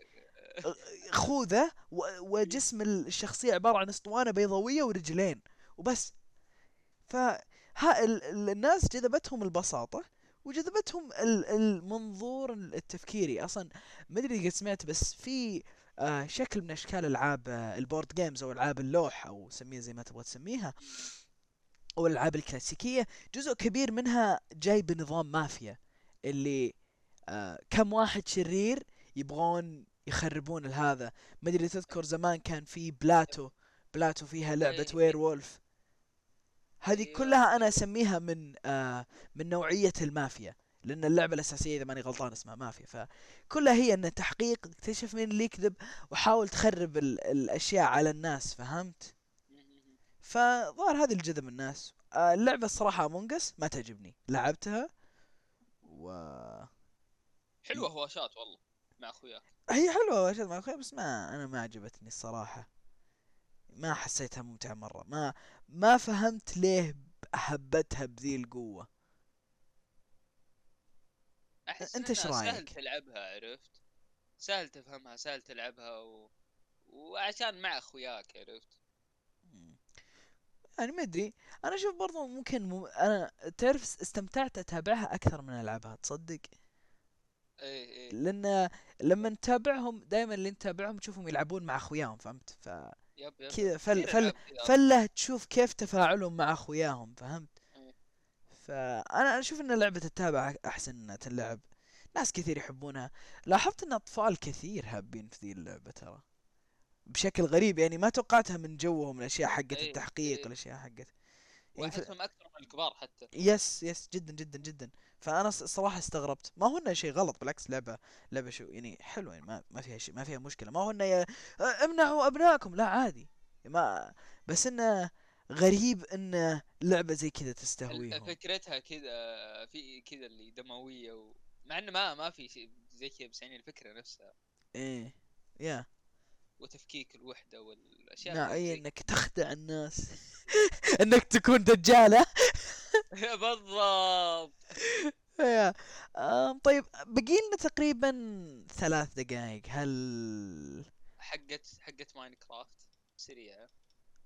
[SPEAKER 1] خوذه و... وجسم الشخصيه عباره عن اسطوانه بيضاويه ورجلين وبس ف ها ال... ال- الناس جذبتهم البساطه وجذبتهم ال... المنظور التفكيري اصلا ما ادري قد سمعت بس في آه شكل من اشكال العاب آه، البورد جيمز او العاب اللوح او سميها زي ما تبغى تسميها او الالعاب الكلاسيكيه جزء كبير منها جاي بنظام مافيا اللي آه كم واحد شرير يبغون يخربون الهذا ما ادري تذكر زمان كان في بلاتو بلاتو فيها لعبه
[SPEAKER 2] إيه.
[SPEAKER 1] وير وولف هذه
[SPEAKER 2] أيوة.
[SPEAKER 1] كلها انا اسميها من آه من نوعيه المافيا لان اللعبه الاساسيه اذا ماني غلطان اسمها مافيا فكلها هي ان تحقيق اكتشف مين اللي يكذب وحاول تخرب ال- الاشياء على الناس فهمت فظهر هذا الجذب الناس آه، اللعبة الصراحة امونجس ما تعجبني لعبتها و
[SPEAKER 2] حلوه هواشات والله مع اخوياك
[SPEAKER 1] هي حلوة واشد مع اخوي بس ما انا ما عجبتني الصراحة ما حسيتها ممتعة مرة ما ما فهمت ليه احبتها بذي القوة
[SPEAKER 2] احس
[SPEAKER 1] أنت إيش
[SPEAKER 2] إنها سهل
[SPEAKER 1] رأيك؟
[SPEAKER 2] تلعبها عرفت سهل تفهمها سهل تلعبها و... وعشان مع اخوياك عرفت
[SPEAKER 1] مم. يعني ما ادري انا اشوف برضو ممكن مم... انا تعرف استمتعت اتابعها اكثر من العبها تصدق
[SPEAKER 2] ايه ايه
[SPEAKER 1] لان لما نتابعهم دائما اللي نتابعهم تشوفهم يلعبون مع اخوياهم فهمت ف
[SPEAKER 2] يب يب
[SPEAKER 1] كذا فل
[SPEAKER 2] كثير
[SPEAKER 1] فل
[SPEAKER 2] ألعاب كذا.
[SPEAKER 1] فله تشوف كيف تفاعلهم مع اخوياهم فهمت؟
[SPEAKER 2] إيه.
[SPEAKER 1] فانا اشوف ان لعبه التابع احسن انها تلعب ناس كثير يحبونها لاحظت ان اطفال كثير هابين في ذي اللعبه ترى بشكل غريب يعني ما توقعتها من جوهم الاشياء حقت
[SPEAKER 2] إيه،
[SPEAKER 1] التحقيق
[SPEAKER 2] إيه.
[SPEAKER 1] الاشياء حقت يعني ف...
[SPEAKER 2] واحسهم اكثر من الكبار حتى
[SPEAKER 1] يس يس جدا جدا جدا فانا ص- صراحه استغربت ما هو انه شيء غلط بالعكس لعبه لعبه شو يعني حلوه يعني ما, ما فيها شيء ما فيها مشكله ما هو انه يا- آه، امنعوا ابنائكم لا عادي يعني ما بس انه غريب ان لعبه زي كذا
[SPEAKER 2] ال-
[SPEAKER 1] تستهويهم
[SPEAKER 2] فكرتها كذا في كذا اللي دمويه و... مع انه ما ما في شيء زي كذا بس يعني الفكره نفسها
[SPEAKER 1] ايه يا
[SPEAKER 2] وتفكيك الوحده والاشياء
[SPEAKER 1] نا
[SPEAKER 2] اللي
[SPEAKER 1] اي
[SPEAKER 2] زي-
[SPEAKER 1] انك تخدع الناس (laughs) انك تكون دجاله
[SPEAKER 2] (laughs) بالضبط
[SPEAKER 1] يا. آم، طيب بقي لنا تقريبا ثلاث دقائق هل
[SPEAKER 2] حقت حقت ماينكرافت سريعه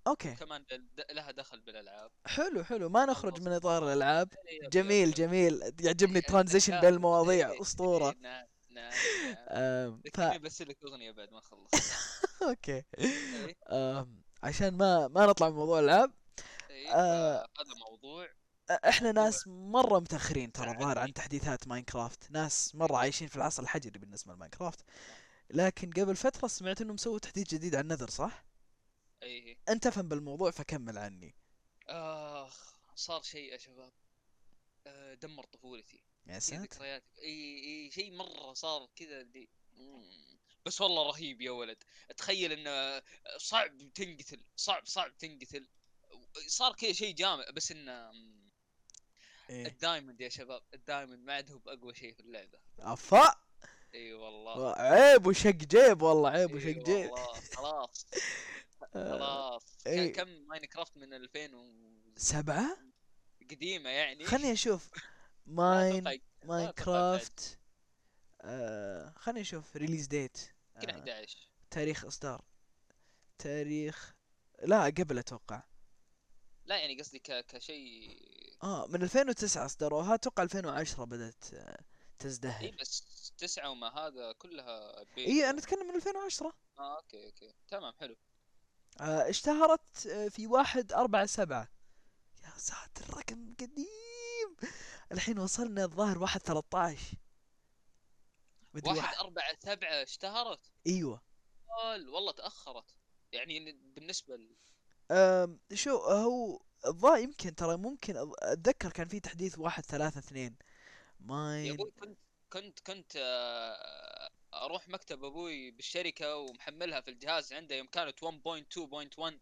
[SPEAKER 1] اوكي
[SPEAKER 2] كمان لها دخل بالالعاب
[SPEAKER 1] حلو حلو ما نخرج من اطار الالعاب
[SPEAKER 2] يب- يب-
[SPEAKER 1] (laughs) جميل
[SPEAKER 2] يب.
[SPEAKER 1] جميل
[SPEAKER 2] (laughs)
[SPEAKER 1] يعجبني
[SPEAKER 2] إيه،
[SPEAKER 1] الترانزيشن
[SPEAKER 2] أنت
[SPEAKER 1] بين
[SPEAKER 2] شاطر.
[SPEAKER 1] المواضيع
[SPEAKER 2] إيه،
[SPEAKER 1] اسطوره
[SPEAKER 2] إيه، نعم نعم نعم. (laughs)
[SPEAKER 1] أم، ف
[SPEAKER 2] ذكرني بس لك اغنيه بعد ما اخلص
[SPEAKER 1] (laughs) اوكي
[SPEAKER 2] إيه،
[SPEAKER 1] أم، عشان ما ما نطلع من موضوع الالعاب
[SPEAKER 2] إيه،
[SPEAKER 1] آه.
[SPEAKER 2] هذا موضوع
[SPEAKER 1] أ- احنا
[SPEAKER 2] أيوة.
[SPEAKER 1] ناس مره متاخرين ترى
[SPEAKER 2] ساعدني.
[SPEAKER 1] الظاهر عن تحديثات ماينكرافت ناس مره عايشين في العصر الحجري بالنسبه لماينكرافت لكن قبل فتره سمعت انهم سووا تحديث جديد عن نذر صح
[SPEAKER 2] اي
[SPEAKER 1] انت فهم بالموضوع فكمل عني
[SPEAKER 2] اخ صار شيء يا شباب آه، دمر طفولتي
[SPEAKER 1] يا
[SPEAKER 2] في
[SPEAKER 1] ساتر
[SPEAKER 2] ذكريات اي اي شيء مره صار كذا اللي مم. بس والله رهيب يا ولد تخيل انه صعب تنقتل صعب صعب تنقتل صار كذا شيء جامع بس انه مم،
[SPEAKER 1] إيه.
[SPEAKER 2] الدايموند يا شباب الدايموند ما عاد هو باقوى شيء في اللعبه
[SPEAKER 1] افا
[SPEAKER 2] اي والله
[SPEAKER 1] عيب وشق جيب والله عيب
[SPEAKER 2] إي
[SPEAKER 1] وشق جيب
[SPEAKER 2] إيه، والله
[SPEAKER 1] (laughs)
[SPEAKER 2] خلاص
[SPEAKER 1] أه،
[SPEAKER 2] خلاص
[SPEAKER 1] إي.
[SPEAKER 2] كان كم ماينكرافت من 2000 و...
[SPEAKER 1] سبعه
[SPEAKER 2] قديمه يعني طيب،
[SPEAKER 1] خلني
[SPEAKER 2] (laughs)
[SPEAKER 1] اشوف ماين
[SPEAKER 2] ماين
[SPEAKER 1] ماينكرافت آه خلينا نشوف ريليز ديت
[SPEAKER 2] يمكن
[SPEAKER 1] آه
[SPEAKER 2] 11
[SPEAKER 1] تاريخ اصدار تاريخ لا قبل اتوقع
[SPEAKER 2] لا يعني قصدي ك... كشيء
[SPEAKER 1] اه من 2009 اصدروها اتوقع 2010 بدات آه
[SPEAKER 2] اي
[SPEAKER 1] تزدهر
[SPEAKER 2] إيه، بس 2009 وما هذا كلها بيت
[SPEAKER 1] اي انا اتكلم من 2010
[SPEAKER 2] آه اوكي اوكي تمام حلو
[SPEAKER 1] آه، اشتهرت آه، في واحد أربعة سبعة يا ساتر رقم قديم الحين وصلنا الظاهر واحد ثلاثطعش مدري
[SPEAKER 2] واحد
[SPEAKER 1] واحد
[SPEAKER 2] أربعة سبعة اشتهرت
[SPEAKER 1] ايوه
[SPEAKER 2] قال والله تأخرت يعني بالنسبة ل...
[SPEAKER 1] أم شو هو الظاهر يمكن ترى ممكن أض- اتذكر كان في تحديث واحد ثلاثة اثنين
[SPEAKER 2] يا
[SPEAKER 1] ماين
[SPEAKER 2] ابوي كنت كنت كنت آه، اروح مكتب ابوي بالشركه ومحملها في الجهاز عنده يوم كانت 1.2.1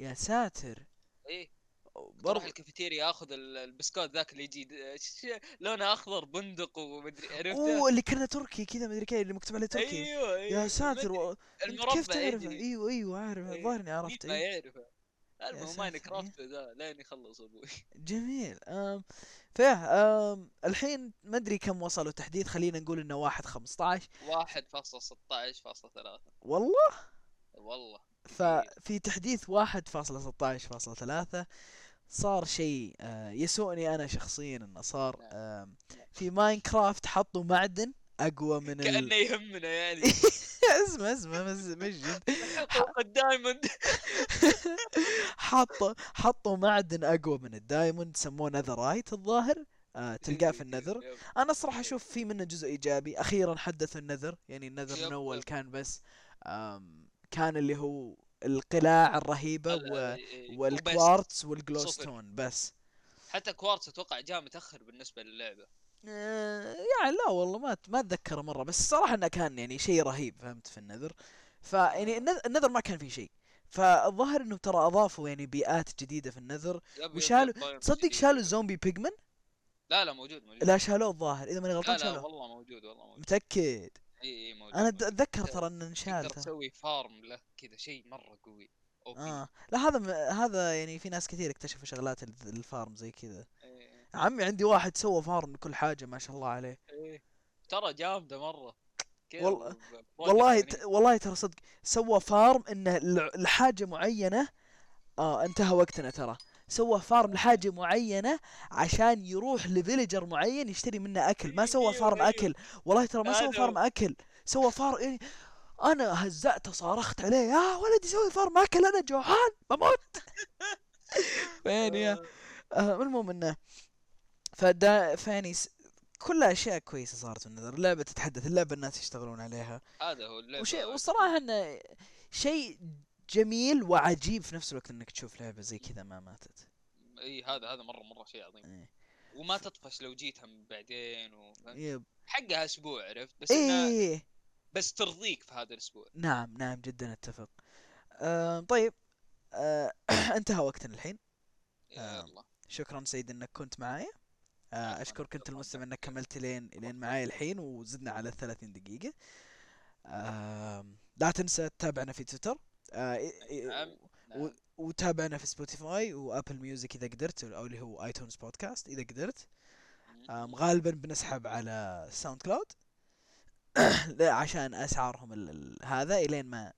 [SPEAKER 1] يا ساتر
[SPEAKER 2] ايه بروح
[SPEAKER 1] برضه
[SPEAKER 2] الكافيتيريا اخذ ال- البسكوت ذاك اللي يجي د- ش- لونه اخضر بندق ومدري عرفته
[SPEAKER 1] اوه اللي كان تركي كذا مدري كذا اللي مكتوب عليه تركي
[SPEAKER 2] ايوه
[SPEAKER 1] يا
[SPEAKER 2] ايوه
[SPEAKER 1] ساتر
[SPEAKER 2] مدري،
[SPEAKER 1] و... كيف
[SPEAKER 2] المربع
[SPEAKER 1] تعرفه
[SPEAKER 2] يدري
[SPEAKER 1] ايوه ايوه عارف
[SPEAKER 2] إيه،
[SPEAKER 1] الظاهر اني عرفت
[SPEAKER 2] مين ما
[SPEAKER 1] ايوه
[SPEAKER 2] يعرفه المهم
[SPEAKER 1] ساتر،
[SPEAKER 2] ماين
[SPEAKER 1] إيه.
[SPEAKER 2] كرافت ذا لين يخلص (laughs) ابوي
[SPEAKER 1] جميل أم فيه أم الحين ما ادري كم وصلوا تحديث خلينا نقول انه واحد 15
[SPEAKER 2] 1.16.3
[SPEAKER 1] والله
[SPEAKER 2] والله
[SPEAKER 1] ففي تحديث واحد فاصلة 16.3 صار شيء آه، يسوءني انا شخصيا انه صار
[SPEAKER 2] نعم.
[SPEAKER 1] آم، في ماينكرافت حطوا معدن اقوى من ال... (laughs)
[SPEAKER 2] كانه يهمنا يعني
[SPEAKER 1] اسمع اسمع بس مجد
[SPEAKER 2] الدايموند
[SPEAKER 1] حطوا حطوا معدن اقوى من الدايموند سموه نذرايت الظاهر آه، تلقاه في النذر انا صراحة اشوف في منه جزء ايجابي اخيرا حدثوا النذر يعني النذر
[SPEAKER 2] يب،
[SPEAKER 1] من
[SPEAKER 2] يب.
[SPEAKER 1] اول كان بس آم، كان اللي هو القلاع الرهيبة
[SPEAKER 2] ال-
[SPEAKER 1] و...
[SPEAKER 2] إيه، وبس.
[SPEAKER 1] والكوارتز والجلوستون بس
[SPEAKER 2] حتى كوارتز اتوقع جاء متاخر بالنسبه للعبه
[SPEAKER 1] آه، يعني لا والله ما ما اتذكر مرة بس الصراحة انه كان يعني شيء رهيب فهمت في النذر فيعني النذ- النذر ما كان فيه شيء فالظاهر انه ترى اضافوا يعني بيئات جديدة في النذر
[SPEAKER 2] يب- يب-
[SPEAKER 1] وشالوا-
[SPEAKER 2] يب، بايرن
[SPEAKER 1] تصدق
[SPEAKER 2] جديد.
[SPEAKER 1] شالوا الزومبي بيجمن
[SPEAKER 2] لا لا موجود موجود
[SPEAKER 1] لا شالوه الظاهر اذا ماني
[SPEAKER 2] لا
[SPEAKER 1] غلطان
[SPEAKER 2] لا
[SPEAKER 1] شالوه
[SPEAKER 2] والله موجود والله موجود
[SPEAKER 1] متأكد
[SPEAKER 2] اي اي موجود
[SPEAKER 1] انا
[SPEAKER 2] موجود.
[SPEAKER 1] أت- اتذكر
[SPEAKER 2] تقدر-
[SPEAKER 1] ترى انه انشال
[SPEAKER 2] تقدر
[SPEAKER 1] ترى.
[SPEAKER 2] تسوي فارم له كذا شيء مره قوي او
[SPEAKER 1] اه لا هذا م... هذا يعني في ناس كثير اكتشفوا شغلات ال- الفارم زي كذا عمي عندي واحد سوى فارم لكل حاجه ما شاء الله عليه
[SPEAKER 2] ترى جامده مره كذا
[SPEAKER 1] والله-
[SPEAKER 2] و- بروجكت
[SPEAKER 1] والله
[SPEAKER 2] غريب.
[SPEAKER 1] ت... والله ترى صدق سوى فارم انه ل... لحاجه معينه اه انتهى وقتنا ترى سوى فارم لحاجه معينه عشان يروح لفيلجر معين يشتري منه اكل ما سوى
[SPEAKER 2] أيوه،
[SPEAKER 1] فارم
[SPEAKER 2] أيوه.
[SPEAKER 1] اكل والله ترى ما سوى
[SPEAKER 2] هذا
[SPEAKER 1] فارم
[SPEAKER 2] هو.
[SPEAKER 1] اكل سوى فارم يعني انا هزأته صارخت عليه يا ولدي سوي فارم اكل انا جوعان بموت وين يا آه، المهم انه فدا فيعني س- كلها اشياء كويسه صارت من النذر اللعبه تتحدث اللعبه الناس يشتغلون عليها
[SPEAKER 2] هذا هو اللعبه
[SPEAKER 1] وشيء وصراحه انه شيء جميل وعجيب في نفس الوقت انك تشوف لعبه زي كذا ما ماتت
[SPEAKER 2] اي هذا هذا مره مره شيء عظيم
[SPEAKER 1] إيه.
[SPEAKER 2] وما تطفش لو جيتها من بعدين و...
[SPEAKER 1] يب
[SPEAKER 2] حقها اسبوع عرفت أه. بس إنه
[SPEAKER 1] ايه
[SPEAKER 2] بس ترضيك في هذا الاسبوع
[SPEAKER 1] نعم نعم جدا اتفق آم، طيب آه، (coughs) انتهى وقتنا الحين
[SPEAKER 2] يا
[SPEAKER 1] آم.
[SPEAKER 2] الله
[SPEAKER 1] شكرا سيد انك كنت معايا
[SPEAKER 2] عفواً،
[SPEAKER 1] آه، اشكرك انت
[SPEAKER 2] شكراً
[SPEAKER 1] المستمع
[SPEAKER 2] لك.
[SPEAKER 1] انك كملت لين لين معاي الحين وزدنا على 30 دقيقة آم، لا تنسى تتابعنا في تويتر آه، إي- إي-
[SPEAKER 2] نعم،
[SPEAKER 1] و-
[SPEAKER 2] نعم.
[SPEAKER 1] وتابعنا في سبوتيفاي وابل ميوزك اذا قدرت او اللي هو ايتونز بودكاست اذا قدرت آم، غالبا بنسحب على ساوند كلاود (coughs) لا، عشان اسعارهم ال- ال- هذا الين ما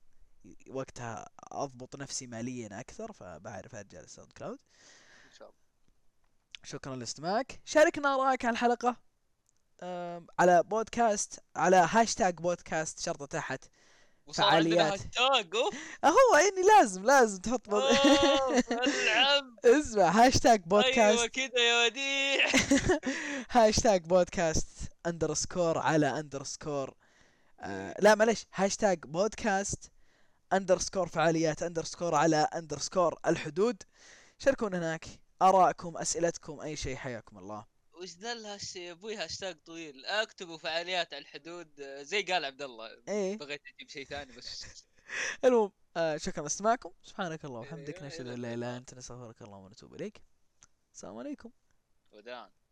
[SPEAKER 1] ي- وقتها اضبط نفسي ماليا اكثر فبعرف ارجع للساوند كلاود
[SPEAKER 2] ان شاء الله
[SPEAKER 1] شكرا لاستماعك شاركنا آرائك عن الحلقة أم، على بودكاست على هاشتاج بودكاست شرطة تحت
[SPEAKER 2] وصار عندنا
[SPEAKER 1] فعاليات.
[SPEAKER 2] هاشتاج اوف
[SPEAKER 1] (laughs) هو يعني لازم لازم تحط بود... (laughs)
[SPEAKER 2] أوف، العب
[SPEAKER 1] اسمع هاشتاج
[SPEAKER 2] ايوه
[SPEAKER 1] بودكاست
[SPEAKER 2] كذا يا وديع
[SPEAKER 1] (laughs) هاشتاج بودكاست اندرسكور على اندرسكور آه لا معلش هاشتاج بودكاست اندرسكور فعاليات اندرسكور على اندرسكور الحدود شاركونا هناك آرائكم أسئلتكم أي شيء حياكم الله
[SPEAKER 2] وش ذا الهاش يا ابوي هاشتاج طويل اكتبوا فعاليات على الحدود آه، زي قال عبد الله
[SPEAKER 1] ايه
[SPEAKER 2] بغيت اجيب شيء ثاني بس
[SPEAKER 1] المهم آه شكرا لاستماعكم سبحانك اللهم وبحمدك
[SPEAKER 2] إيه،
[SPEAKER 1] نشهد
[SPEAKER 2] إلى
[SPEAKER 1] ان لا اله
[SPEAKER 2] اللقاء.
[SPEAKER 1] الا انت نستغفرك اللهم ونتوب اليك السلام عليكم
[SPEAKER 2] وداعا